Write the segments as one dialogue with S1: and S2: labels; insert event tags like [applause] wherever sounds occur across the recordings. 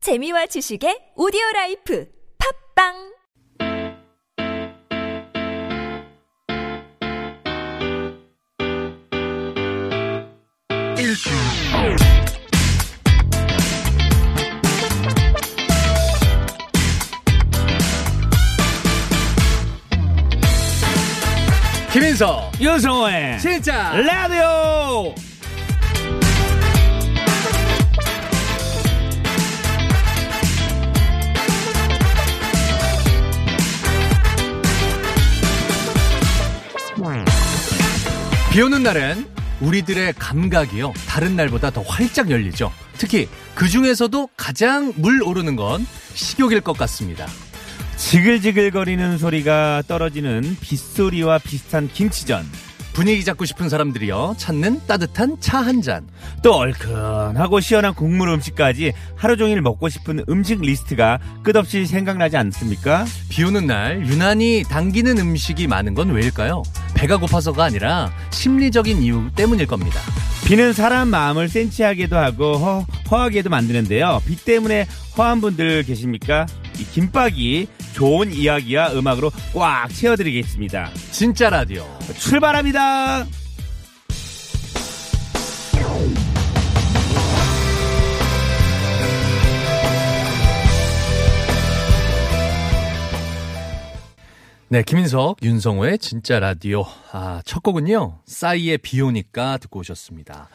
S1: 재미와 지식의 오디오 라이프 팝빵
S2: 김인석
S3: 윤성호의
S2: 진짜
S3: 라디오
S2: 비오는 날엔 우리들의 감각이요 다른 날보다 더 활짝 열리죠 특히 그 중에서도 가장 물 오르는 건 식욕일 것 같습니다
S3: 지글지글거리는 소리가 떨어지는 빗소리와 비슷한 김치전
S2: 분위기 잡고 싶은 사람들이요 찾는 따뜻한 차 한잔
S3: 또 얼큰하고 시원한 국물 음식까지 하루 종일 먹고 싶은 음식 리스트가 끝없이 생각나지 않습니까?
S2: 비오는 날 유난히 당기는 음식이 많은 건 왜일까요 배가 고파서가 아니라 심리적인 이유 때문일 겁니다
S3: 비는 사람 마음을 센치하게도 하고 허, 허하게도 만드는데요 비 때문에 허한 분들 계십니까? 이 김밥이 좋은 이야기와 음악으로 꽉 채워드리겠습니다
S2: 진짜 라디오
S3: 출발합니다
S2: 네 김인석 윤성호의 진짜 라디오 아 첫 곡은요 싸이의 비 오니까 듣고 오셨습니다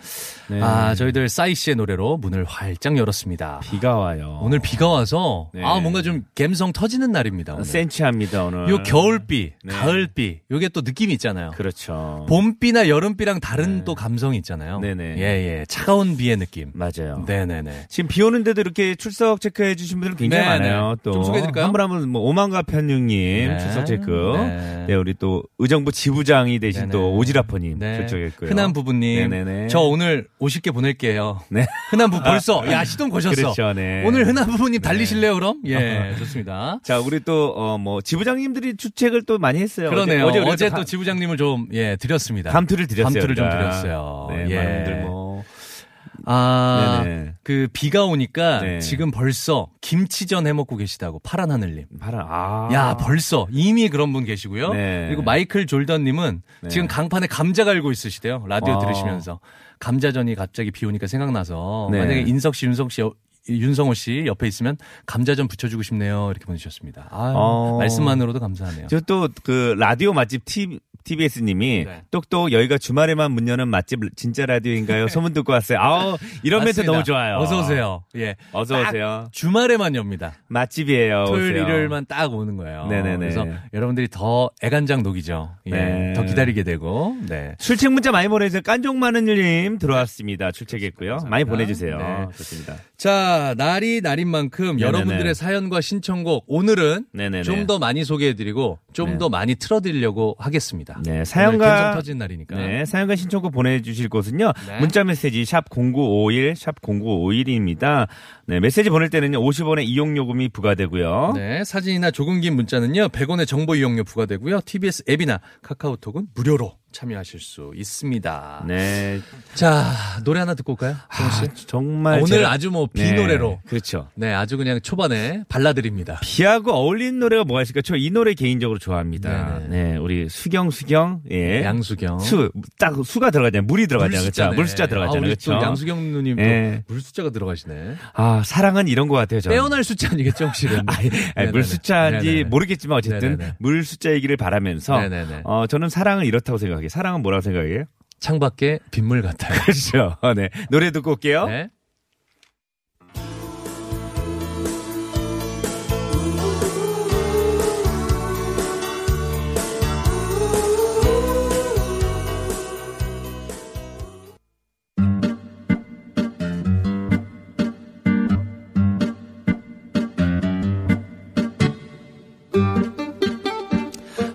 S3: 네.
S2: 아, 저희들 싸이 씨의 노래로 문을 활짝 열었습니다.
S3: 비가 와요
S2: 오늘 비가 와서
S3: 네.
S2: 아 뭔가 좀 갬성 터지는 날입니다. 오늘.
S3: 센치합니다 오늘.
S2: 요 겨울비,
S3: 네.
S2: 가을비, 요게 또 느낌이 있잖아요.
S3: 그렇죠.
S2: 봄비나 여름비랑 다른 또 감성이 있잖아요.
S3: 네. 네네.
S2: 예, 예. 차가운 비의 느낌.
S3: 맞아요.
S2: 네네네.
S3: 지금 비 오는데도 이렇게 출석 체크해 주신 분들 굉장히
S2: 네,
S3: 많아요.
S2: 네.
S3: 또
S2: 좀 소개해드릴까요?
S3: 한분 한분 뭐 오만가 편육님
S2: 네.
S3: 출석 체크.
S2: 네.
S3: 네. 우리 또 의정부 지부장이 되신
S2: 네네.
S3: 또 오지라퍼님
S2: 네.
S3: 출석했고요.
S2: 흔한 부부님.
S3: 네네네.
S2: 저 오늘 50개 보낼게요.
S3: 네.
S2: 흔한 부부 벌써,
S3: [laughs]
S2: 야, 시동 거셨어.
S3: 그렇죠, 네.
S2: 오늘 흔한 부부님 달리실래요, 그럼?
S3: [laughs]
S2: 예, 좋습니다.
S3: 자 우리 또어뭐 지부장님들이 추책을 또 많이 했어요.
S2: 그러네요. 어제,
S3: 우리가
S2: 어제
S3: 감-
S2: 또 지부장님을 좀, 예, 드렸습니다.
S3: 감투를 드렸어요.
S2: 감투를 좀
S3: 우리가.
S2: 드렸어요.
S3: 네,
S2: 예.
S3: 많은 분들 뭐
S2: 아,
S3: 네네.
S2: 그 비가 오니까
S3: 네.
S2: 지금 벌써 김치전 해먹고 계시다고 파란 하늘님.
S3: 파란 아.
S2: 야, 벌써 이미 그런 분 계시고요.
S3: 네.
S2: 그리고 마이클 졸던님은 지금 강판에 감자 갈고 있으시대요. 라디오
S3: 아.
S2: 들으시면서 감자전이 갑자기 비 오니까 생각나서
S3: 네.
S2: 만약에 인석 씨, 윤석 씨, 여- 윤성호 씨 옆에 있으면 감자전 붙여주고 싶네요. 이렇게 보내주셨습니다. 아,
S3: 어.
S2: 말씀만으로도 감사하네요.
S3: 저 또 그 라디오 맛집 티, TBS님이
S2: 네.
S3: 똑똑 여기가 주말에만 문 여는 맛집 진짜 라디오인가요? 소문 듣고 왔어요. 아우 이런 멘트
S2: 맞습니다.
S3: 너무 좋아요.
S2: 어서 오세요. 예,
S3: 어서 오세요.
S2: 주말에만 엽니다.
S3: 맛집이에요.
S2: 토요일
S3: 오세요.
S2: 일요일만 딱 오는 거예요.
S3: 네네네.
S2: 그래서 여러분들이 더 애간장 녹이죠. 예,
S3: 네.
S2: 더 기다리게 되고. 네.
S3: 출첵 문자 많이 보내주세요. 깐족 많은 일님 들어왔습니다. 출첵했고요. 많이
S2: 감사합니다.
S3: 보내주세요.
S2: 네.
S3: 좋습니다.
S2: 자, 날이 날인 만큼
S3: 네네네.
S2: 여러분들의 사연과 신청곡 오늘은
S3: 네네네.
S2: 좀 더 많이 소개해드리고 좀
S3: 네.
S2: 더 많이 틀어드리려고 하겠습니다.
S3: 네,
S2: 오늘 갬성
S3: 사연과
S2: 터진 날이니까.
S3: 네, 사연과 신청곡 보내주실 곳은요.
S2: 네.
S3: 문자 메시지 샵 0951, 샵 0951입니다. 네, 메시지 보낼 때는요. 50원의 이용 요금이 부과되고요.
S2: 네, 사진이나 조금 긴 문자는요. 100원의 정보 이용료 부과되고요. TBS 앱이나 카카오톡은 무료로 참여하실 수 있습니다.
S3: 네. 아,
S2: 자, 노래 하나 듣고 올까요? 정우 씨?
S3: 정말
S2: 아, 오늘
S3: 제가-
S2: 아주 뭐
S3: 네,
S2: 비노래로
S3: 그렇죠.
S2: 네, 아주 그냥 초반에 발라드립니다.
S3: 비하고 어울리는 노래가 뭐가 있을까? 저 이 노래 개인적으로 좋아합니다.
S2: 네네.
S3: 네, 우리 수경 수경 예.
S2: 양수경.
S3: 수, 딱 수가 들어가잖아요. 물이 들어가잖아요. 그렇죠.
S2: 물수자네.
S3: 물수자
S2: 아,
S3: 들어가잖아요.
S2: 우리
S3: 그렇죠.
S2: 또 양수경 누님 또
S3: 예.
S2: 물수자가 들어가시네.
S3: 아, 사랑은 이런 거 같아요, 저는.
S2: 빼어날 숫자 [laughs] 아니겠죠, 네, 혹시?
S3: 아니, 아니, 물 숫자인지
S2: 네.
S3: 모르겠지만 어쨌든
S2: 네네네.
S3: 물 숫자이기를 바라면서
S2: 네네네.
S3: 어 저는 사랑은 이렇다고 생각해요. 사랑은 뭐라고 생각해요? [laughs]
S2: 창밖에 빗물 같아요.
S3: 그렇죠. 어, 네 노래 듣고 올게요.
S2: 네.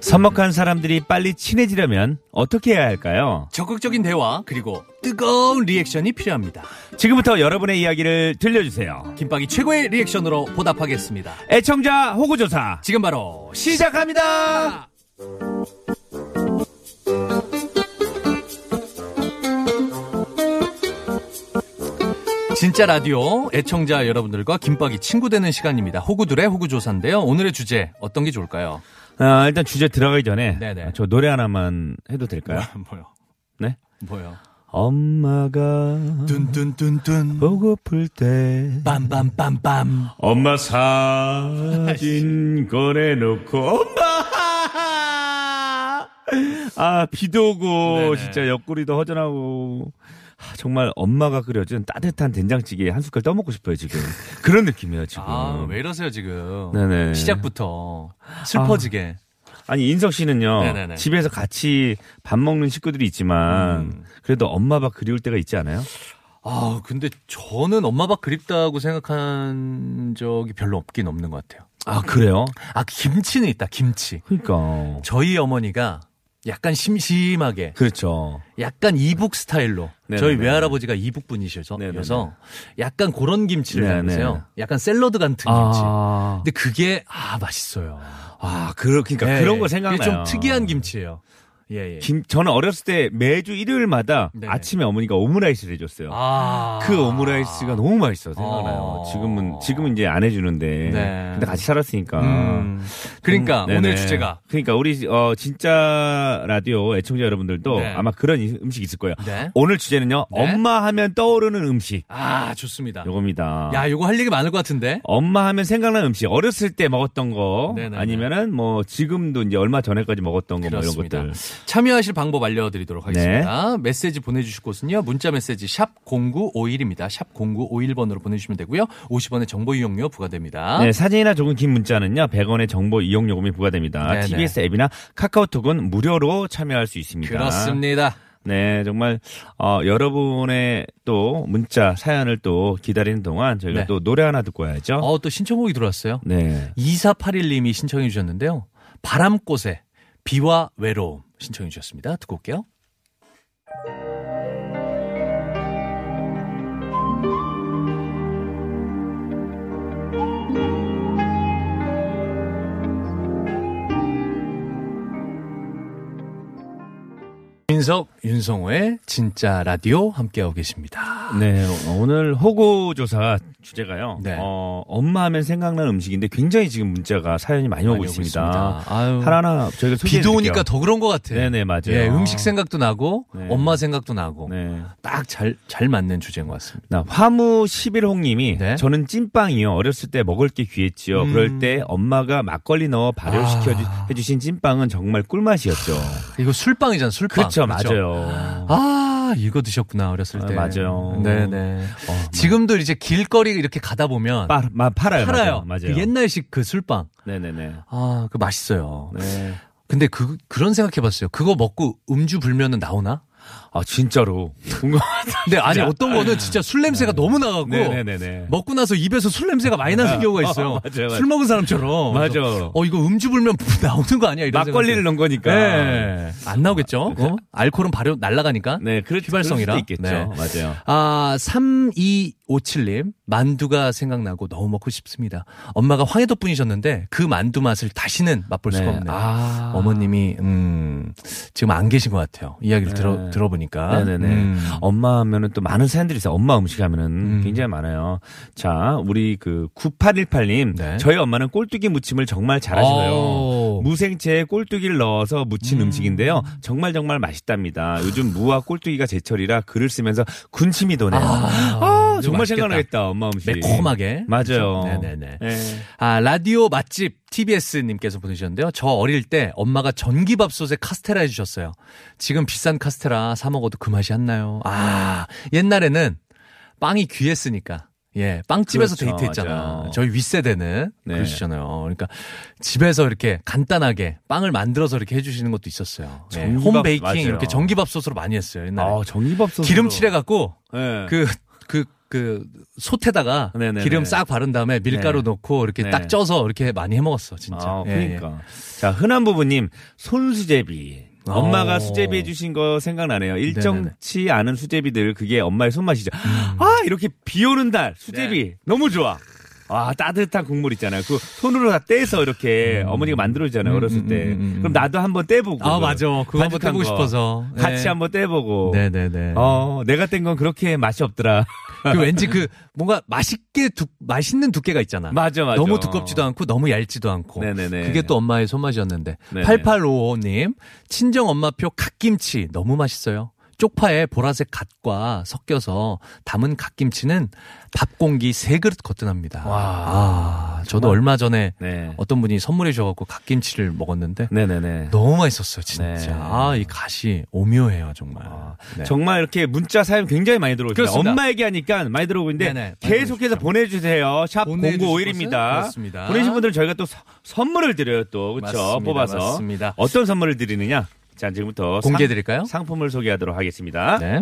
S3: 서먹한 사람들이 빨리 친해지려면 어떻게 해야 할까요?
S2: 적극적인 대화 그리고 뜨거운 리액션이 필요합니다.
S3: 지금부터 여러분의 이야기를 들려주세요.
S2: 김밥이 최고의 리액션으로 보답하겠습니다.
S3: 애청자 호구조사
S2: 지금 바로 시작.
S3: 시작합니다.
S2: 진짜 진짜 라디오 애청자 여러분들과 김밥이 친구 되는 시간입니다. 호구들의 호구조사인데요. 오늘의 주제 어떤 게 좋을까요?
S3: 아, 일단 주제 들어가기 전에
S2: 네네.
S3: 저 노래 하나만 해도 될까요?
S2: [laughs] 뭐요?
S3: 네.
S2: 뭐요?
S3: 엄마가
S2: 뚠뚠뚠뚠
S3: 보고플 때
S2: 빰빰빰빰
S3: 엄마 사진 꺼내놓고 엄마 아 비도 오고
S2: 네네.
S3: 진짜 옆구리도 허전하고 아, 정말 엄마가 끓여준 따뜻한 된장찌개 한 숟갈 떠먹고 싶어요 지금 그런 느낌이에요 지금
S2: 아, 왜 이러세요, 지금.
S3: 네네.
S2: 시작부터 슬퍼지게.
S3: 아니 인석 씨는요
S2: 네네네.
S3: 집에서 같이 밥 먹는 식구들이 있지만
S2: 음.
S3: 그래도 엄마가 그리울 때가 있지 않아요?
S2: 아, 근데 저는 엄마 밥 그립다고 생각한 적이 별로 없긴 없는 것 같아요.
S3: 아 그래요?
S2: 아, 김치는 있다, 김치.
S3: 그러니까
S2: 저희 어머니가 약간 심심하게,
S3: 그렇죠
S2: 약간 이북 스타일로.
S3: 네네네.
S2: 저희 외할아버지가 이북 분이셔서
S3: 네네네.
S2: 그래서 약간 그런 김치를
S3: 네네.
S2: 담으세요. 약간 샐러드 같은 김치.
S3: 아,
S2: 근데 그게, 아, 맛있어요.
S3: 아 그러, 그러니까
S2: 예,
S3: 그런
S2: 예.
S3: 거 생각나요
S2: 그게 좀 특이한 김치예요. 예, 예.
S3: 김, 저는 어렸을 때 매주 일요일마다
S2: 네네.
S3: 아침에 어머니가 오므라이스를 해줬어요.
S2: 아.
S3: 그 오므라이스가 너무 맛있어 생각나요.
S2: 아.
S3: 지금은 지금은 이제 안 해주는데
S2: 네.
S3: 근데 같이 살았으니까.
S2: 음. 그러니까
S3: 음, 네네.
S2: 오늘 주제가
S3: 그러니까 우리 어 진짜 라디오 애청자 여러분들도
S2: 네.
S3: 아마 그런 이- 음식 있을 거예요.
S2: 네.
S3: 오늘 주제는요.
S2: 네.
S3: 엄마 하면 떠오르는 음식
S2: 아 좋습니다.
S3: 요겁니다.
S2: 야 이거 할 얘기 많을 것 같은데.
S3: 엄마 하면 생각나는 음식 어렸을 때 먹었던 거
S2: 네네네.
S3: 아니면은 뭐 지금도 이제 얼마 전에까지 먹었던 거 뭐 이런
S2: 그렇습니다.
S3: 것들 네.
S2: 참여하실 방법 알려드리도록 하겠습니다. 메시지 보내주실 곳은요. 문자 메시지 샵 0951입니다. 샵 0951번으로 보내주시면 되고요. 50원의 정보 이용료 부과됩니다.
S3: 네, 사진이나 조금 긴 문자는요, 100원의 정보 이용 요금이 부과됩니다.
S2: 네네.
S3: TBS 앱이나 카카오톡은 무료로 참여할 수 있습니다.
S2: 그렇습니다.
S3: 네, 정말 어, 여러분의 또 문자 사연을 또 기다리는 동안 저희가
S2: 네.
S3: 또 노래 하나 듣고 와야죠.
S2: 어 또 신청곡이 들어왔어요.
S3: 네.
S2: 2481님이 신청해 주셨는데요. 바람꽃에 비와 외로움 신청해 주셨습니다. 듣고 올게요. 민석 윤성호의 진짜 라디오 함께하고 계십니다.
S3: 네, 어, 오늘 호구 조사 주제가요.
S2: 네.
S3: 어, 엄마 하면 생각나는 음식인데 굉장히 지금 문자가 사연이 많이, 오고
S2: 많이 오고
S3: 있습니다.
S2: 있습니다. 아유.
S3: 하나하나 저희가 소개해
S2: 비도
S3: 드릴게요.
S2: 오니까 더 그런 것 같아.
S3: 네네, 맞아요.
S2: 네, 예, 음식 뭐. 생각도 나고
S3: 네.
S2: 엄마 생각도 나고
S3: 네.
S2: 딱 잘 잘 맞는 주제인 것 같습니다.
S3: 나 화무 11홍님이
S2: 네. 음.
S3: 저는 찐빵이요. 어렸을 때 먹을 게 귀했지요. 그럴 때 엄마가 막걸리 넣어 발효시켜 주-
S2: 아.
S3: 해주신 찐빵은 정말 꿀맛이었죠.
S2: 이거 술빵이잖아, 술빵.
S3: 그렇죠,
S2: 그쵸?
S3: 맞아요.
S2: 아, 이거 드셨구나 어렸을
S3: 아,
S2: 때.
S3: 어, 맞아요.
S2: 네네. 지금도 이제 길거리 이렇게 가다 보면
S3: 팔, 마, 팔아요.
S2: 팔아요.
S3: 맞아요. 맞아요.
S2: 그 옛날식 그 술빵.
S3: 네네네.
S2: 아, 그 맛있어요.
S3: 네.
S2: 근데 그 그런 생각해봤어요. 그거 먹고 음주 불면은 나오나?
S3: 아 진짜로 궁금하다. [laughs]
S2: 근데 아니 어떤 거는 진짜 술 냄새가 너무 나가고
S3: 네. 네네네네.
S2: 먹고 나서 입에서 술 냄새가 많이 나는 경우가 있어요.
S3: 어, [laughs] 맞아요, 맞아요.
S2: 술 먹은 사람처럼.
S3: 맞아.
S2: 그래서, 어 이거 음주 불면 [laughs] 나오는 거 아니야? 이런
S3: 막걸리를
S2: 생각도.
S3: 넣은 거니까.
S2: 네. 안 나오겠죠? 어? 알코올은 바로 날아가니까.
S3: 아, 네, 그렇
S2: 휘발성이라.
S3: 그럴 수도 있겠죠.
S2: 네.
S3: 맞아요.
S2: 아, 3257님, 만두가 생각나고 너무 먹고 싶습니다. 엄마가 황해도 분이셨는데 그 만두 맛을 다시는 맛볼 수가
S3: 네.
S2: 없네요.
S3: 아.
S2: 어머님이, 음, 지금 안 계신 것 같아요. 이야기를
S3: 네.
S2: 들어, 들어보니까.
S3: 네네네.
S2: 음.
S3: 엄마 하면은 또 많은 사연들이 있어요. 엄마 음식 하면은 굉장히 많아요. 자, 우리 그 9818님.
S2: 네. 어.
S3: 저희 엄마는 꼴뚜기 무침을 정말 잘하시고요.
S2: 오.
S3: 무생채에 꼴뚜기를 넣어서 무친 음. 식인데요 정말 정말 맛있답니다. 요즘 무와 꼴뚜기가 제철이라 글을 쓰면서 군침이 도네요. 아, 정말
S2: 맛있겠다.
S3: 생각나겠다. 엄마 음식.
S2: 매콤하게.
S3: 맞아요.
S2: 그렇죠? 네네네.
S3: 예.
S2: 아, 라디오 맛집 TBS님께서 보내주셨는데요. 저 어릴 때 엄마가 전기밥솥에 카스테라 해주셨어요. 지금 비싼 카스테라 사먹어도 그 맛이 안 나요. 아, 옛날에는 빵이 귀했으니까. 예, 빵집에서
S3: 그렇죠,
S2: 데이트했잖아.
S3: 맞아요.
S2: 저희 윗세대는
S3: 네.
S2: 그러시잖아요. 그러니까 집에서 이렇게 간단하게 빵을 만들어서 이렇게 해주시는 것도 있었어요. 예,
S3: 전기밥,
S2: 홈베이킹
S3: 맞아요.
S2: 이렇게 전기밥솥으로 많이 했어요. 옛날에.
S3: 아, 정기밥솥.
S2: 기름칠해갖고
S3: 예.
S2: 그, 그, 그, 솥에다가
S3: 네네네.
S2: 기름 싹 바른 다음에 밀가루
S3: 네.
S2: 넣고 이렇게
S3: 네.
S2: 딱 쪄서 이렇게 많이 해 먹었어, 진짜.
S3: 아,
S2: 예, 예.
S3: 그러니까. 자, 흔한 부부님, 손수제비. 엄마가
S2: 오.
S3: 수제비 해주신 거 생각나네요. 일정치
S2: 음. 네.
S3: 않은 수제비들, 그게 엄마의 손맛이죠. 아, 이렇게 비 오는 날, 수제비. 너무 좋아. 아 따뜻한 국물 있잖아요. 그 손으로 다 떼서 이렇게
S2: 음.
S3: 어머니가 만들어주잖아요 어렸을 때. 그럼 나도 한번 떼보고.
S2: 아, 맞아. 그거 한번
S3: 바삭한
S2: 떼보고
S3: 거.
S2: 싶어서. 네.
S3: 같이 한번 떼보고.
S2: 예. 네네네.
S3: 어 내가 뗀 건 그렇게 맛이 없더라. [laughs]
S2: 그 왠지 그 뭔가 맛있게 두, 맛있는 두께가 있잖아.
S3: 맞아, 맞아.
S2: 너무 두껍지도 않고 너무 얇지도 않고.
S3: 네네네.
S2: 그게 또 엄마의 손맛이었는데.
S3: 네네.
S2: 8855님, 친정 엄마표 갓김치 너무 맛있어요. 쪽파에 보라색 갓과 섞여서 담은 갓김치는 밥 공기 세 그릇 거뜬합니다. 아, 저도 얼마 전에
S3: 네.
S2: 어떤 분이 선물해 주셔갖고 갓김치를 먹었는데
S3: 네네네.
S2: 너무 맛있었어요, 진짜.
S3: 네. 아,
S2: 아, 이 갓이 오묘해요, 정말. 네.
S3: 정말 이렇게 문자 사연 굉장히 많이 들어오고 있어요.
S2: 그렇습니다.
S3: 엄마 얘기하니까 많이 들어오고 있는데
S2: 네네, 많이
S3: 계속해서 보내주세요. 샵
S2: 보내주실
S3: 0951입니다.
S2: 것은 그렇습니다.
S3: 보내신 분들 저희가 또 서- 선물을 드려요 또. 그렇죠.
S2: 맞습니다,
S3: 뽑아서.
S2: 맞습니다.
S3: 어떤 선물을 드리느냐. 자 지금부터 상-
S2: 공개해드릴까요?
S3: 상품을 소개하도록 하겠습니다.
S2: 네.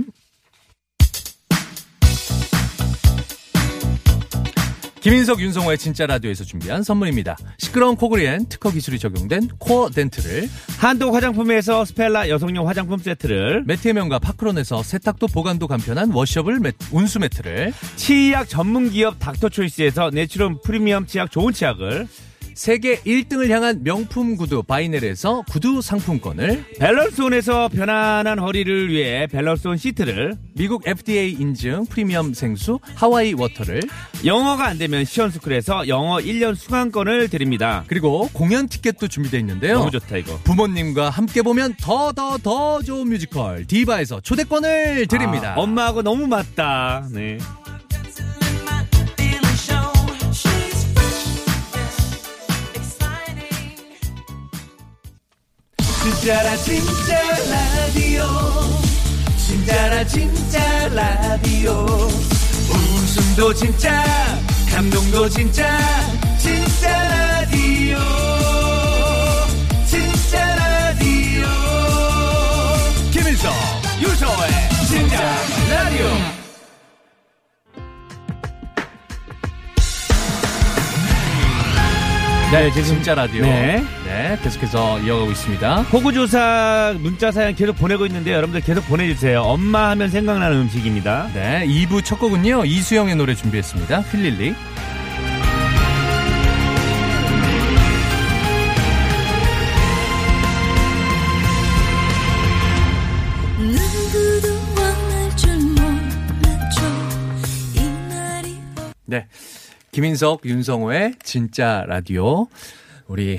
S2: 김인석 윤성호의 진짜 라디오에서 준비한 선물입니다. 시끄러운 코골이엔 특허 기술이 적용된 코어 덴트를
S3: 한독 화장품에서 스펠라 여성용 화장품 세트를
S2: 매트의 명가 파크론에서 세탁도 보관도 간편한 워셔블 매- 운수 매트를
S3: 치약 전문 기업 닥터초이스에서 내추럴 프리미엄 치약 좋은 치약을
S2: 세계 1등을 향한 명품 구두 바이넬에서 구두 상품권을
S3: 밸런스온에서 편안한 허리를 위해 밸런스온 시트를
S2: 미국 FDA 인증 프리미엄 생수 하와이 워터를
S3: 영어가 안 되면 시원스쿨에서 영어 1년 수강권을 드립니다.
S2: 그리고 공연 티켓도 준비되어 있는데요.
S3: 너무 좋다 이거.
S2: 부모님과 함께 보면 더 더 더 좋은 뮤지컬 디바에서 초대권을 드립니다.
S3: 아, 엄마하고 너무 맞다. 네. 진짜라 진짜 라디오 진짜라 진짜 라디오 웃음도 진짜 감동도 진짜 진짜 라디오 진짜 라디오 김일성 유서의 진짜 라디오
S2: 네, 제 진짜 라디오.
S3: 네.
S2: 네, 계속해서 이어가고 있습니다.
S3: 호구조사 문자 사연 계속 보내고 있는데 여러분들 계속 보내주세요 엄마 하면 생각나는 음식입니다
S2: 네, 2부 첫 곡은요, 이수영의 노래 준비했습니다. 휠릴리.
S4: 누구도 원할 줄 몰랐죠 이 날이
S2: 네. 김인석, 윤성호의 진짜 라디오. 우리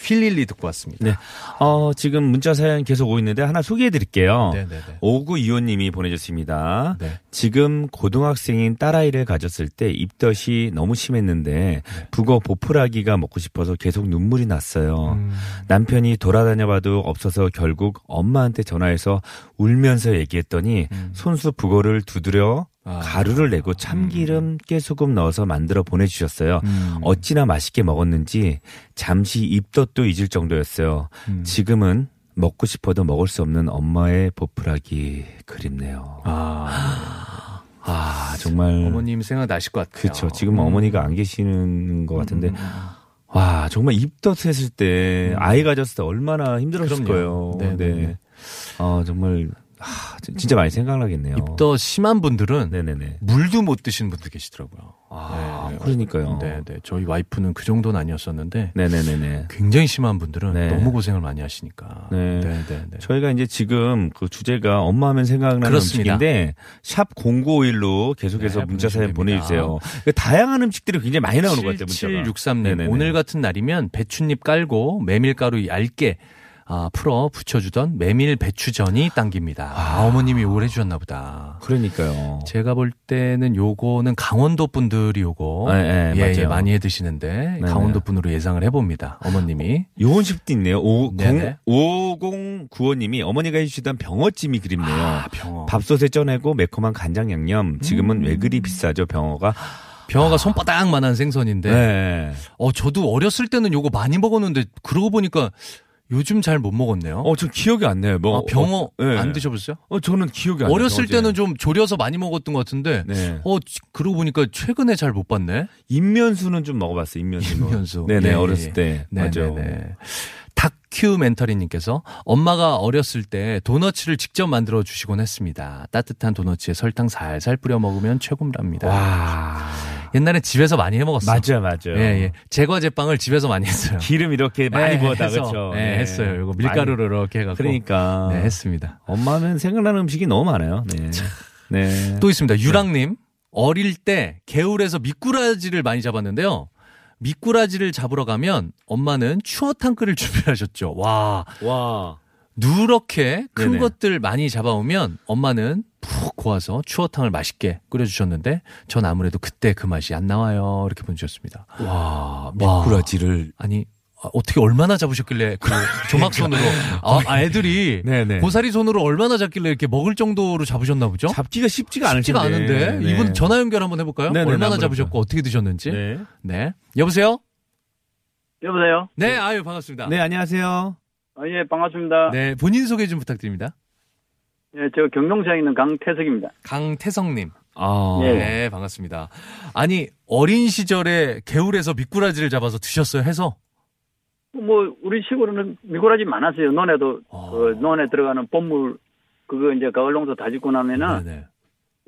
S2: 휠릴리 듣고 왔습니다.
S3: 네. 어, 지금 문자 사연 계속 오고 있는데 하나 소개해 드릴게요.
S2: 네네네.
S3: 오구 이호님이 보내주셨습니다.
S2: 네.
S3: 지금 고등학생인 딸아이를 가졌을 때 입덧이 너무 심했는데
S2: 네.
S3: 북어 보풀아기가 먹고 싶어서 계속 눈물이 났어요.
S2: 음.
S3: 남편이 돌아다녀봐도 없어서 결국 엄마한테 전화해서 울면서 얘기했더니 손수 북어를 두드려
S2: 음. 아. 음.
S3: 가루를 내고 참기름, 깨소금 넣어서 만들어 보내주셨어요. 어찌나 맛있게 먹었는지 잠시 입덧도 잊을 정도였어요.
S2: 음.
S3: 지금은 먹고 싶어도 먹을 수 없는 엄마의 보풀하기 그립네요.
S2: 아,
S3: 아 정말
S2: 어머님 생각나실 것 같아요. 음.
S3: 그쵸. 지금 어머니가 안 계시는 것 같은데 와 정말 입덧했을 때 아이 가졌을 때 얼마나 힘들었을
S2: 음. 그럼요.
S3: 거예요.
S2: 네,
S3: 네.
S2: 네, 네.
S3: 아 정말 아, 진- 진짜 많이 생각나겠네요.
S2: 입더 심한 분들은
S3: 네네네.
S2: 물도 못 드시는 분들 계시더라고요.
S3: 아
S2: 네, 네.
S3: 그러니까요.
S2: 네, 네. 저희 와이프는 그 정도는 아니었었는데
S3: 네네네네.
S2: 굉장히 심한 분들은
S3: 네.
S2: 너무 고생을 많이 하시니까.
S3: 네.
S2: 네, 네, 네.
S3: 저희가 이제 지금 그 주제가 엄마 하면 생각나는
S2: 그렇습니다.
S3: 음식인데 샵 0951로 계속해서
S2: 네,
S3: 문자 사연
S2: 보내주시면
S3: 보내주세요. 그러니까 다양한 음식들이 굉장히 많이 나오는 것 같아요. 문자가.
S2: 7763님
S3: 네네네.
S2: 오늘 같은 날이면 배춧잎 깔고 메밀가루 얇게 아, 풀어 붙여주던 메밀 배추전이 당깁니다. 아, 어머님이 오래 주셨나 보다.
S3: 그러니까요.
S2: 제가 볼 때는 요거는 강원도 분들이 요거
S3: 네, 네,
S2: 예, 예,
S3: 맞아요.
S2: 많이 해 드시는데
S3: 네.
S2: 강원도 분으로 예상을 해봅니다. 어머님이
S3: 요런 식도 있네요. 오,
S2: 네네.
S3: 5095님이 어머니가 해주시던 병어찜이 그립네요.
S2: 아, 병어 음.
S3: 밥솥에 쪄내고 매콤한 간장 양념. 지금은 왜 그리 비싸죠, 병어가?
S2: 병어가 손바닥만한 생선인데
S3: 아. 네.
S2: 어, 저도 어렸을 때는 요거 많이 먹었는데 그러고 보니까 요즘 잘 못 먹었네요.
S3: 어, 전 기억이 안 나요. 뭐,
S2: 아, 병어
S3: 어, 네.
S2: 안 드셔보셨어요?
S3: 어, 저는 기억이 안 나요.
S2: 어렸을
S3: 병어찜.
S2: 때는 좀 졸여서 많이 먹었던 것 같은데
S3: 네.
S2: 어 지- 그러고 보니까 최근에 잘 못 봤네.
S3: 인면수는 좀 먹어봤어요. 인면수.
S2: 김현수.
S3: 네네
S2: 예, 예.
S3: 어렸을 때
S2: 네,
S3: 맞아요.
S2: 네, 네. 다큐멘터리님께서 엄마가 어렸을 때 도너츠를 직접 만들어 주시곤 했습니다. 따뜻한 도너츠에 설탕 살살 뿌려 먹으면 최고랍니다.
S3: 와
S2: 옛날에 집에서 많이 해 먹었어요.
S3: 맞아요, 맞아요.
S2: 아, 예, 예. 제과 제빵을 집에서 많이 했어요.
S3: 기름 이렇게 [laughs] 많이
S2: 예,
S3: 부었다
S2: 해서,
S3: 그렇죠.
S2: 예, 했어요. 이거 밀가루로 이렇게 해갖고.
S3: 그러니까
S2: 네, 했습니다.
S3: 엄마는 생각나는 음식이 너무 많아요. 네. 네.
S2: 또 있습니다. 유랑님 어릴 때 개울에서 미꾸라지를 많이 잡았는데요. 미꾸라지를 잡으러 가면 엄마는 추어탕 끓일 [laughs] 준비하셨죠. 와
S3: 와.
S2: 누렇게 큰
S3: 네네.
S2: 것들 많이 잡아오면 엄마는 푹 고아서 추어탕을 맛있게 끓여주셨는데 전 아무래도 그때 그 맛이 안 나와요. 이렇게 보내주셨습니다.
S3: 와, 미꾸라지를
S2: 아니 아, 어떻게 얼마나
S3: [laughs]
S2: 잡으셨길래 그 조막손으로 아, 아, 애들이
S3: 네. 네네.
S2: 고사리 손으로 얼마나 잡길래 이렇게 먹을 정도로 잡으셨나 보죠?
S3: 잡기가 쉽지가 않을
S2: 쉽지가
S3: 텐데.
S2: 않은데
S3: 네.
S2: 이분 전화 연결 한번 해볼까요?
S3: 네네,
S2: 얼마나
S3: 한번
S2: 잡으셨고
S3: 해볼까요?
S2: 어떻게 드셨는지 네,
S3: 네.
S2: 여보세요
S5: 여보세요?
S2: 네, 아유 반갑습니다
S3: 네, 안녕하세요.
S5: 아, 예, 반갑습니다.
S2: 네, 본인 소개 좀 부탁드립니다
S5: 예, 저 경동시에 있는 강태석입니다.
S2: 강태성님
S3: 아.
S5: 네.
S2: 네 반갑습니다 아니 어린 시절에 개울에서 미꾸라지를 잡아서 드셨어요 해서
S5: 뭐, 우리 시골에는 미꾸라지 많았어요. 논에도,
S2: 아.
S5: 그 논에 들어가는 봄물, 그거 이제 가을 농사 다 짓고 나면은,
S2: 네네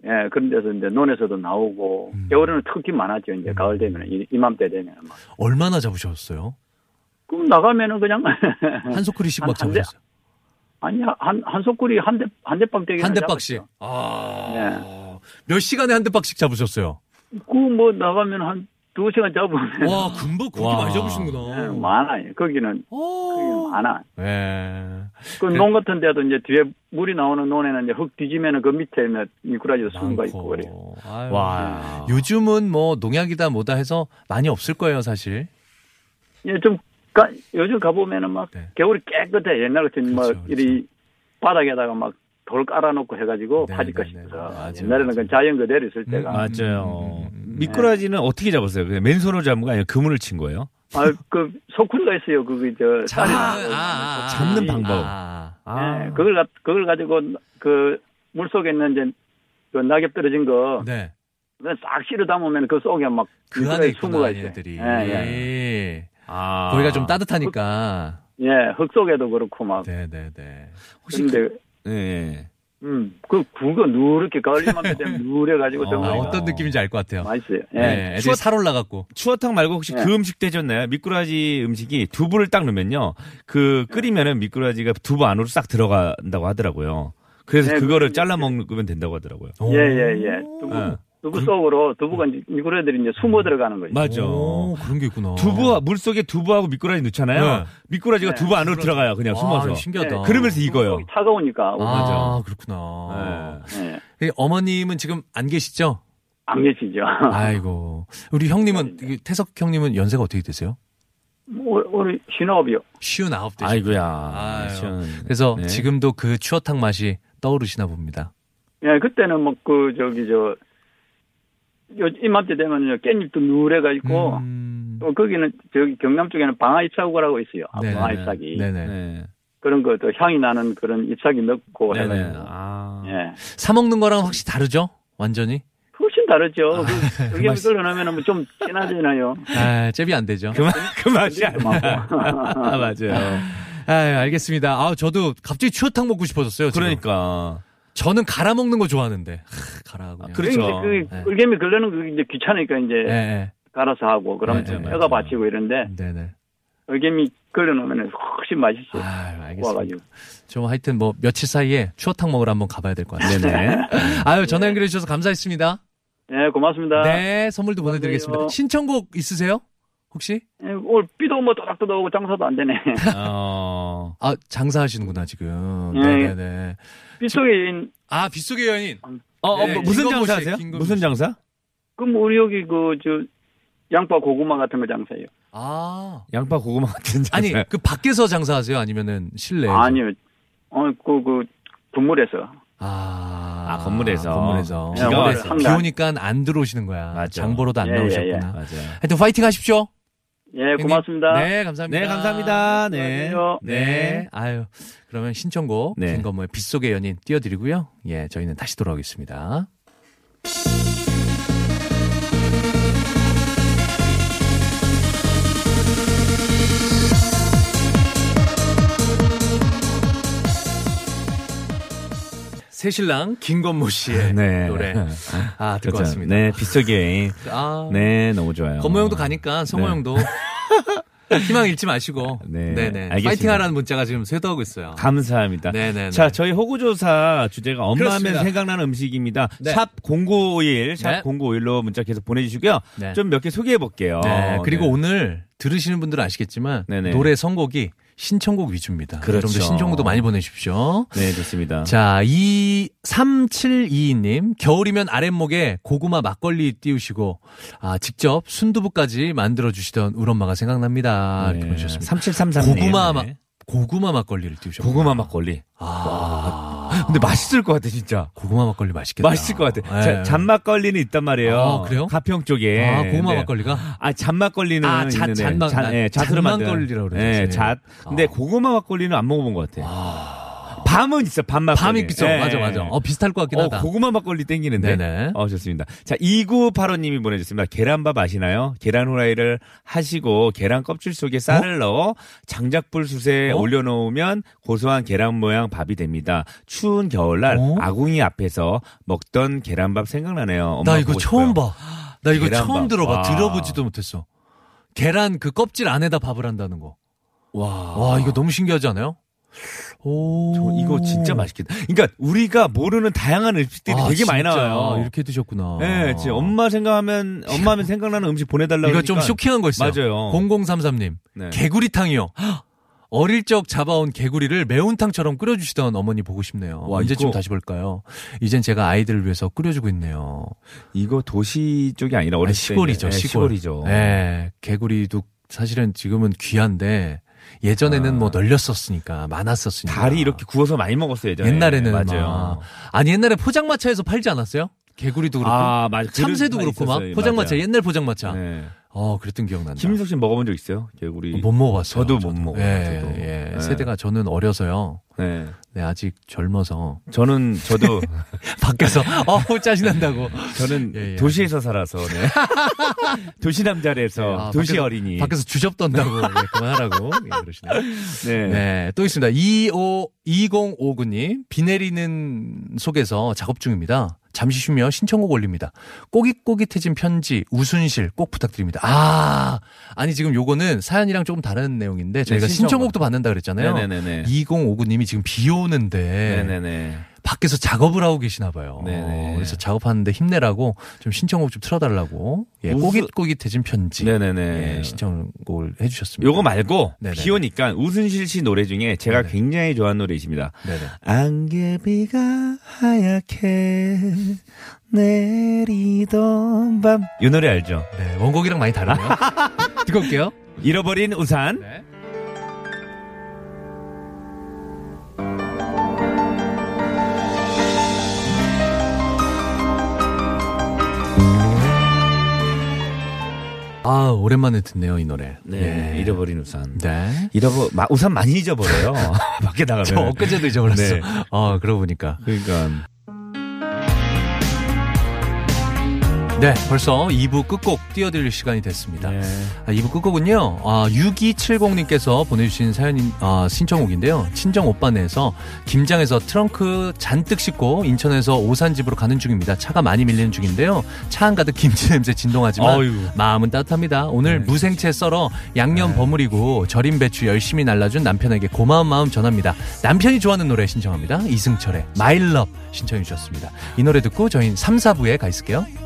S5: 예, 그런 데서 이제 논에서도 나오고,
S2: 음.
S5: 겨울에는 특히 많았죠. 이제 가을 되면은, 이- 이맘때 되면은 막.
S2: 얼마나 잡으셨어요
S5: 그럼 나가면은 그냥, [laughs]
S2: 한 소쿠리씩
S5: 한
S2: 막
S5: 네. 한 대-
S2: 잡으셨어요
S5: 아니, 한, 한 소쿠리 한 대, 한 대빵 떼기.
S2: 한 대박씩 아몇
S5: 네.
S2: 시간에 한 대박씩 잡으셨어요
S5: 그 뭐, 나가면 한 두 시간 잡으면.
S2: 와 금방 그렇게
S3: 와.
S2: 많이
S5: [laughs] 예,
S2: 잡으시는구나
S5: 네. 많아요. 거기는, 거기는
S2: 오.
S5: 많아.
S2: 예.
S5: 그 논 같은 데도 이제 뒤에 물이 나오는 논에는 이제 흙 뒤지면은 그 밑에 이제 미꾸라지가 수가 있고 그래요.
S2: 네. 많고. 아유.
S3: 와.
S2: 요즘은 뭐 농약이다 뭐다 해서 많이 없을 거예요, 사실.
S5: 예, 좀 가, 요즘 가보면은 막
S2: 네.
S5: 겨울이 깨끗해. 옛날 같은 막
S2: 그렇죠, 그렇죠.
S5: 이리 바닥에다가 막 돌 깔아놓고 해가지고
S2: 네,
S5: 파지가
S2: 네, 네.
S5: 싶어서
S2: 맞아요,
S5: 옛날에는 그 자연 그대로 있을
S2: 음,
S5: 때가
S3: 맞아요.
S2: 음, 음, 음.
S3: 미꾸라지는 어떻게 잡았어요? 그냥 맨손으로 잡은 거 아니에요? 그물을 친 거예요?
S5: 아그 소쿠리가 있어요. 그거 저
S2: 자-
S5: 쌀이
S2: 아, 아, 아.
S5: 나오고
S3: 잡는 방법.
S2: 아.
S5: 예, 그걸 가- 그걸 가지고 그물 속에 있는 이제 그 낙엽 떨어진 거 싹
S2: 네.
S5: 실어 담으면 그 속에 막그
S2: 그 안에 있구나, 얘들이.
S5: 예, 예.
S3: 아.
S2: 거기가 좀 따뜻하니까.
S5: 예, 흙 속에도 그렇고 막.
S2: 네, 네, 네.
S3: 혹시
S5: 근데
S3: 네.
S5: 음, 그 구가 누렇게
S2: [laughs]
S5: 가을만에 되면 누래가지고
S3: 어,
S2: 아,
S5: 정말
S2: 어떤 느낌인지 알 것 같아요.
S5: 맛있어요. 예.
S2: 네, 애들이
S3: 추워-
S2: 살 올라갔고.
S3: 추어탕 말고 혹시
S5: 네.
S3: 그 음식 되셨나요? 미꾸라지 음식이 두부를 딱 넣으면요. 그 끓이면은 미꾸라지가 두부 안으로 싹 들어간다고 하더라고요. 그래서
S5: 네,
S3: 그거를
S5: 그렇죠.
S3: 잘라 먹으면 된다고 하더라고요.
S5: 예, 예, 예.
S2: 오.
S5: 두부,
S3: 예.
S5: 두부
S2: 그-
S5: 속으로 두부가 이제 미꾸라지들이 이제
S2: 음.
S5: 숨어 들어가는 거죠.
S3: 맞아.
S2: 오, 그런 게 있구나.
S3: 두부 물 속에 두부하고 미꾸라지 넣잖아요.
S2: 어. 네.
S3: 미꾸라지가
S5: 네.
S3: 두부 안으로 들어가요. 그냥
S2: 아,
S3: 숨어서.
S2: 신기하다.
S5: 네.
S3: 예, 그러면서 익어요.
S5: 속이 차가우니까.
S2: 아, 그렇구나.
S3: 네.
S5: 예.
S2: 이 어머님은 지금 안 계시죠?
S5: 안 계시죠. [laughs]
S2: 아이고. 우리 형님은, 이게 태석 형님은 연세가 어떻게 되세요?
S5: 올- 올해 뭐, 신업이요.
S2: 쉬운 아홉 되시죠?
S3: 아이고야.
S2: 아유.
S3: 시원하네.
S2: 그래서
S3: 네.
S2: 지금도 그 추어탕 맛이 떠오르시나 봅니다.
S5: 예, 그때는 막 그 저기 저 요- 이맘때 되면요 깻잎도 누래가
S3: 어.
S5: 있고
S2: 음,
S5: 또 거기는 저기 경남 쪽에는 방아 잎사구라고 있어요.
S2: 네,
S5: 방아
S3: 네, 네.
S5: 잎사귀
S2: 네네.
S3: 네.
S5: 그런 것도 향이 나는 그런 잎사귀 넣고
S3: 네네.
S5: 해가지고
S3: 아.
S5: 예.
S2: 사 먹는 거랑 확실히 다르죠? 완전히?
S5: 훨씬
S2: 아,
S5: 다르죠. 그, 여기
S2: 맛이-
S5: 끌어놓으면 좀
S2: [laughs]
S5: 진하잖아요.
S2: 아, 잽이 안 되죠.
S3: 네. 그, 맛, 그
S2: 예,
S3: 맛이 안 나. 아, 맞아요.
S2: 아, 알겠습니다. 아, 저도 갑자기 추어탕 먹고 싶어졌어요. 지금.
S3: 그러니까. 저는
S2: 저는 갈아 먹는 거 좋아하는데. 하, 갈아 그냥.
S3: 아, 그래? 그렇죠.
S5: 그렇죠. 그
S2: 네.
S5: 을개미 걸려는 그 이제 귀찮으니까 이제
S2: 예, 예.
S5: 갈아서 하고
S2: 네,
S5: 그럼
S2: 네,
S5: 뼈가
S3: 맞아요.
S5: 받치고 이런데
S2: 네네.
S5: 을개미 걸려놓으면 훨씬 맛있어요.
S2: 아유, 알겠습니다.
S5: 구워가지고.
S2: 좀 하여튼 뭐 며칠 사이에 추어탕 먹으러 한번 가봐야 될 것 같아요.
S3: 네네.
S2: 아유, 전화 연결해 주셔서 감사했습니다.
S5: 네, 고맙습니다.
S2: 네, 선물도 보내드리겠습니다.
S5: 감사해요.
S2: 신청곡 있으세요? 혹시?
S5: 예, 오늘 비도 뭐 또닥또닥 오고 장사도
S2: [laughs]
S5: 안 되네.
S3: 어.
S2: 아, 장사하시는구나, 지금.
S5: 예.
S2: 네네네.
S5: 빗속에 있는
S2: 아, 빗속의 여인.
S3: 어, 어,
S2: 네,
S3: 뭐 무슨
S2: 김건모 씨,
S3: 장사하세요?
S2: 김건모
S3: 무슨
S2: 씨.
S3: 장사?
S5: 그럼 우리 여기 그 저 양파 고구마 같은 거 장사해요.
S2: 아.
S3: 양파 고구마 같은 장사.
S2: 아니, 그 밖에서 장사하세요? 아니면은 실내에서?
S5: 네. 아니요. 어, 그, 그, 건물에서.
S2: 아.
S3: 아, 건물에서.
S2: 건물에서.
S5: 예,
S3: 비가
S5: 오늘
S3: 와서.
S2: 비
S5: 상담.
S2: 오니까 안 들어오시는 거야.
S3: 맞죠.
S2: 장보러도 안
S5: 예,
S2: 나오셨구나.
S5: 예, 예.
S3: 맞아요.
S2: 하여튼 파이팅 하십시오.
S5: 예,
S2: 형님.
S5: 고맙습니다.
S2: 네, 감사합니다.
S3: 네, 감사합니다. 네.
S5: 안녕하세요.
S2: 네. 아유. 그러면 신청곡
S3: 네.
S2: 김건모의 빗속의 연인 띄워드리고요. 예, 저희는 다시 돌아오겠습니다. 새신랑 김건모 씨의
S3: 네.
S2: 노래. 아, 듣고
S3: 그렇죠.
S2: 왔습니다.
S3: 네, 빗속여행.
S2: 아,
S3: 네, 너무 좋아요.
S2: 건모 형도 가니까 성호
S3: 네. [laughs]
S2: 형도 희망 잃지 마시고.
S3: 네,
S2: 네,
S3: 알겠습니다.
S2: 파이팅 하라는 문자가 지금 쇄도하고 있어요.
S3: 감사합니다.
S2: 네네네.
S3: 자, 저희 호구조사 주제가 엄마하면
S2: 그렇습니다.
S3: 생각나는 음식입니다.
S2: 네.
S3: 샵 0951, 샵
S2: 네.
S3: 0951로 문자 계속 보내주시고요.
S2: 네.
S3: 좀 몇 개 소개해 볼게요.
S2: 네, 그리고 오늘 들으시는 분들은 아시겠지만
S3: 어, 네네.
S2: 노래 선곡이 신청곡 위주입니다.
S3: 그렇죠.
S2: 여러분들 신청곡도 많이 보내십시오.
S3: 네, 좋습니다.
S2: 자, 이 3722님 겨울이면 아랫목에 고구마 막걸리 띄우시고 아, 직접 순두부까지 만들어 주시던 우리 엄마가
S3: 네.
S2: 생각납니다. 이렇게 보내셨습니다.
S3: 3733.
S2: 고구마 막
S3: 네.
S2: 고구마 막걸리를 띄우셨고
S3: 고구마 막걸리.
S2: 아.
S3: 근데 맛있을 것 같아, 진짜.
S2: 고구마 막걸리 맛있겠다.
S3: 맛있을 것 같아.
S2: 예.
S3: 자, 잔막걸리는 있단 말이에요.
S2: 아, 그래요?
S3: 가평 쪽에.
S2: 아, 고구마
S3: 네.
S2: 막걸리가
S3: 아, 잔막걸리는
S2: 아, 잣,
S3: 있는데
S2: 잔막-
S3: 잔, 예,
S2: 나-
S3: 잣으로 만든-
S2: 잔막걸리라고 그러죠.
S3: 예,
S2: 예.
S3: 잣. 근데
S2: 아.
S3: 고구마 막걸리는 안 먹어본 것 같아. 밤은 있어, 밤 막걸리.
S2: 밤이 그죠?
S3: 예.
S2: 맞아 맞아. 어 비슷할 것 같긴
S3: 어,
S2: 하다.
S3: 고구마 막걸리 땡기는데.
S2: 네네.
S3: 어, 좋습니다. 자, 2985님이 보내주셨습니다. 계란밥 아시나요? 계란 후라이를 하시고, 계란 껍질 속에 쌀을 넣어 장작불 숯에
S2: 어?
S3: 올려놓으면 고소한 계란 모양 밥이 됩니다. 추운 겨울날
S2: 어?
S3: 아궁이 앞에서 먹던 계란밥 생각나네요. 엄마
S2: 나 이거
S3: 보고
S2: 처음
S3: 싶어요.
S2: 봐. 나 이거
S3: 계란밥.
S2: 처음 들어봐.
S3: 와.
S2: 들어보지도 못했어. 계란 그 껍질 안에다 밥을 한다는 거.
S3: 와.
S2: 와, 이거 너무 신기하지 않아요? 오.
S3: 저 이거 진짜 맛있겠다. 그러니까 우리가 모르는 다양한 음식들이
S2: 아,
S3: 되게 많이
S2: 진짜.
S3: 나와요.
S2: 이렇게 드셨구나.
S3: 예, 네, 엄마 생각하면 엄마 하면 생각나는 음식 보내달라고.
S2: 이거 좀 쇼킹한 거 있어요.
S3: 맞아요.
S2: 0033님.
S3: 네.
S2: 개구리탕이요. [gasps] 헉! 어릴 적 잡아온 개구리를 매운탕처럼 끓여주시던 어머니 보고 싶네요.
S3: 와,
S2: 언제쯤
S3: 이거-
S2: 다시 볼까요? 이젠 제가 아이들을 위해서 끓여주고 있네요.
S3: 이거 도시 쪽이 아니라
S2: 원래
S3: 어렸을
S2: 시골이죠,
S3: 때 이제- 예,
S2: 시골.
S3: 시골이죠.
S2: 예, 개구리도 사실은 지금은 귀한데 예전에는
S3: 아.
S2: 뭐 널렸었으니까 많았었으니까.
S3: 다리 이렇게 구워서 많이 먹었어요 예전에.
S2: 옛날에는
S3: 맞아요.
S2: 막. 아니 옛날에 포장마차에서 팔지 않았어요? 개구리도 그렇고
S3: 아, 맞아.
S2: 참새도
S3: 그런
S2: 그렇고
S3: 거
S2: 막
S3: 있었어요.
S2: 포장마차
S3: 맞아요.
S2: 옛날 포장마차.
S3: 네.
S2: 어 그랬던 기억 난다.
S3: 김민석 씨 먹어본 적 있어요? 개구리.
S2: 못 먹어봤어요.
S3: 저도 못 먹어요,
S2: 예,
S3: 저도.
S2: 예.
S3: 예.
S2: 세대가 저는 어려서요.
S3: 네.
S2: 네 아직 젊어서 [laughs]
S3: 저는 저도
S2: 밖에서 어우 짜증난다고.
S3: 저는
S2: 예, 예.
S3: 도시에서 살아서 네. [laughs] 도시 남자래서
S2: 아,
S3: 어, 도시
S2: 밖에서-
S3: 어린이.
S2: 밖에서 주접 떤다고 예, 그만하라고 예, 그러시네요.
S3: 네.
S2: 네, 또 있습니다. 25, 2059님, 비 내리는 속에서 작업 중입니다. 잠시 쉬며 신청곡 올립니다. 꼬깃꼬깃해진 편지, 우순실 꼭 부탁드립니다. 아, 아니 지금 요거는 사연이랑 조금 다른 내용인데
S3: 네,
S2: 저희가
S3: 신청곡.
S2: 신청곡. 도 받는다 그랬잖아요.
S3: 네네네네.
S2: 2059님이 예. 지금 비 오는데
S3: 네네네.
S2: 밖에서 작업을 하고 계시나 봐요.
S3: 네네.
S2: 그래서 작업하는데 힘내라고 좀 신청곡 좀 틀어달라고 예,
S3: 우수-
S2: 꼬깃꼬깃해진 편지
S3: 네네네.
S2: 예, 신청곡을 해주셨습니다.
S3: 요거 말고
S2: 네네네.
S3: 비 오니까 우순실 씨 노래 중에 제가
S2: 네네.
S3: 굉장히 좋아하는 노래이십니다.
S2: 네네.
S3: 안개비가 하얗게 내리던 밤. 이 노래 알죠?
S2: 네, 원곡이랑 많이 다르네요. 듣고 올게요.
S3: 잃어버린 우산.
S2: [laughs] 네. 아, 오랜만에 듣네요, 이 노래.
S3: 네. 잃어버린 우산.
S2: 네.
S3: 잃어버 마- 우산 많이 잊어버려요. [laughs] 밖에 나가면.
S2: 저 엊그제도 잊어버렸어.
S3: 네.
S2: 어, 그러고 보니까.
S3: 그러니까
S2: 네, 벌써 2부 끝곡 띄워드릴 시간이 됐습니다. 아, 2부 끝곡은요, 아, 6270님께서 보내주신 사연, 인 아, 신청곡인데요. 친정 오빠 내에서 김장에서 트렁크 잔뜩 싣고 인천에서 오산집으로 가는 중입니다. 차가 많이 밀리는 중인데요. 차 안 가득 김치 냄새 진동하지만
S3: 어휴. 네.
S2: 마음은 따뜻합니다. 오늘 무생채 썰어 양념 버무리고 절임 배추 열심히 날라준 남편에게 고마운 마음 전합니다. 남편이 좋아하는 노래 신청합니다. 이승철의 마일럽 신청해 주셨습니다. 이 노래 듣고 저희는 3, 4부에 가 있을게요.